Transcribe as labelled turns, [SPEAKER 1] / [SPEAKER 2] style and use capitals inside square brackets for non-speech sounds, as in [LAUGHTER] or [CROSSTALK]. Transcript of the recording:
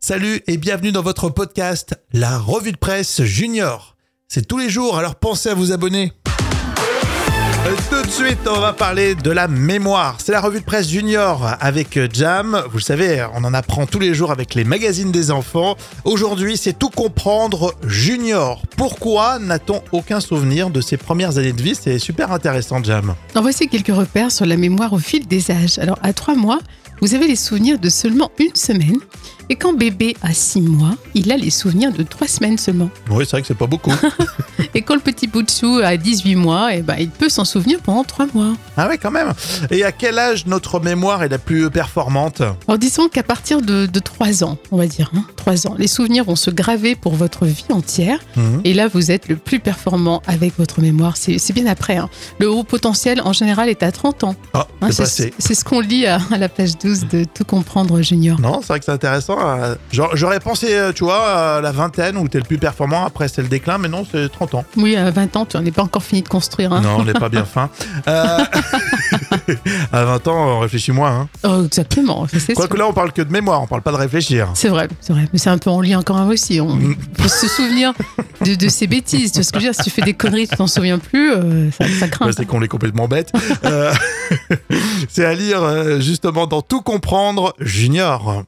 [SPEAKER 1] Salut et bienvenue dans votre podcast, la revue de presse junior. C'est tous les jours, alors pensez à vous abonner. Euh, Tout de suite, on va parler de la mémoire. C'est la revue de presse junior avec euh, Jam. Vous le savez, on en apprend tous les jours avec les magazines des enfants. Aujourd'hui, c'est tout comprendre junior. Pourquoi n'a-t-on aucun souvenir de ses premières années de vie C'est super intéressant, Jam.
[SPEAKER 2] En voici quelques repères sur la mémoire au fil des âges. Alors, à 3 mois, vous avez les souvenirs de seulement une semaine. Et quand bébé a 6 mois, il a les souvenirs de 3 semaines seulement.
[SPEAKER 1] Oui, c'est vrai que c'est pas beaucoup.
[SPEAKER 2] Et quand le petit bout de chou a 18 mois, eh ben, il peut s'en souvenir pendant 3 mois.
[SPEAKER 1] [LAUGHS] ah ouais, quand même. Et à quel âge notre mémoire est la plus performante
[SPEAKER 2] Alors disons qu'à partir de, de 3 ans, on va dire, hein, 3 ans, les souvenirs vont se graver pour votre vie entière.
[SPEAKER 1] Mhm.
[SPEAKER 2] Et là, vous êtes le plus performant avec votre mémoire. C'est c'est bien après. hein. Le haut potentiel, en général, est à 30 ans.
[SPEAKER 1] Ah,
[SPEAKER 2] Hein,
[SPEAKER 1] c'est
[SPEAKER 2] c'est
[SPEAKER 1] passé.
[SPEAKER 2] c'est ce qu'on lit à, à la page 12 de Tout comprendre junior.
[SPEAKER 1] Non, c'est vrai que c'est intéressant. euh, genre, J'aurais pensé, euh, tu vois, à la vingtaine où t'es le plus performant, après c'est le déclin, mais non, c'est 30 ans.
[SPEAKER 2] Oui, à 20 ans, tu n'en es pas encore fini de construire. hein.
[SPEAKER 1] Non, on n'est pas bien fin. Euh, [LAUGHS] à 20 ans, on réfléchit moins. hein.
[SPEAKER 2] Oh, exactement. c'est sûr.
[SPEAKER 1] Quoique là, on parle que de mémoire, on parle pas de réfléchir.
[SPEAKER 2] C'est vrai, c'est vrai. Mais c'est un peu en lien quand même aussi. On
[SPEAKER 1] Mm.
[SPEAKER 2] faut se souvenir de, de ces bêtises. Tu vois ce que je veux dire Si tu fais des conneries, tu t'en souviens plus, euh, ça, ça craint.
[SPEAKER 1] Ouais, Bah, c'est qu'on est complètement bête. [LAUGHS] Euh, c'est à lire euh, justement dans Tout comprendre junior.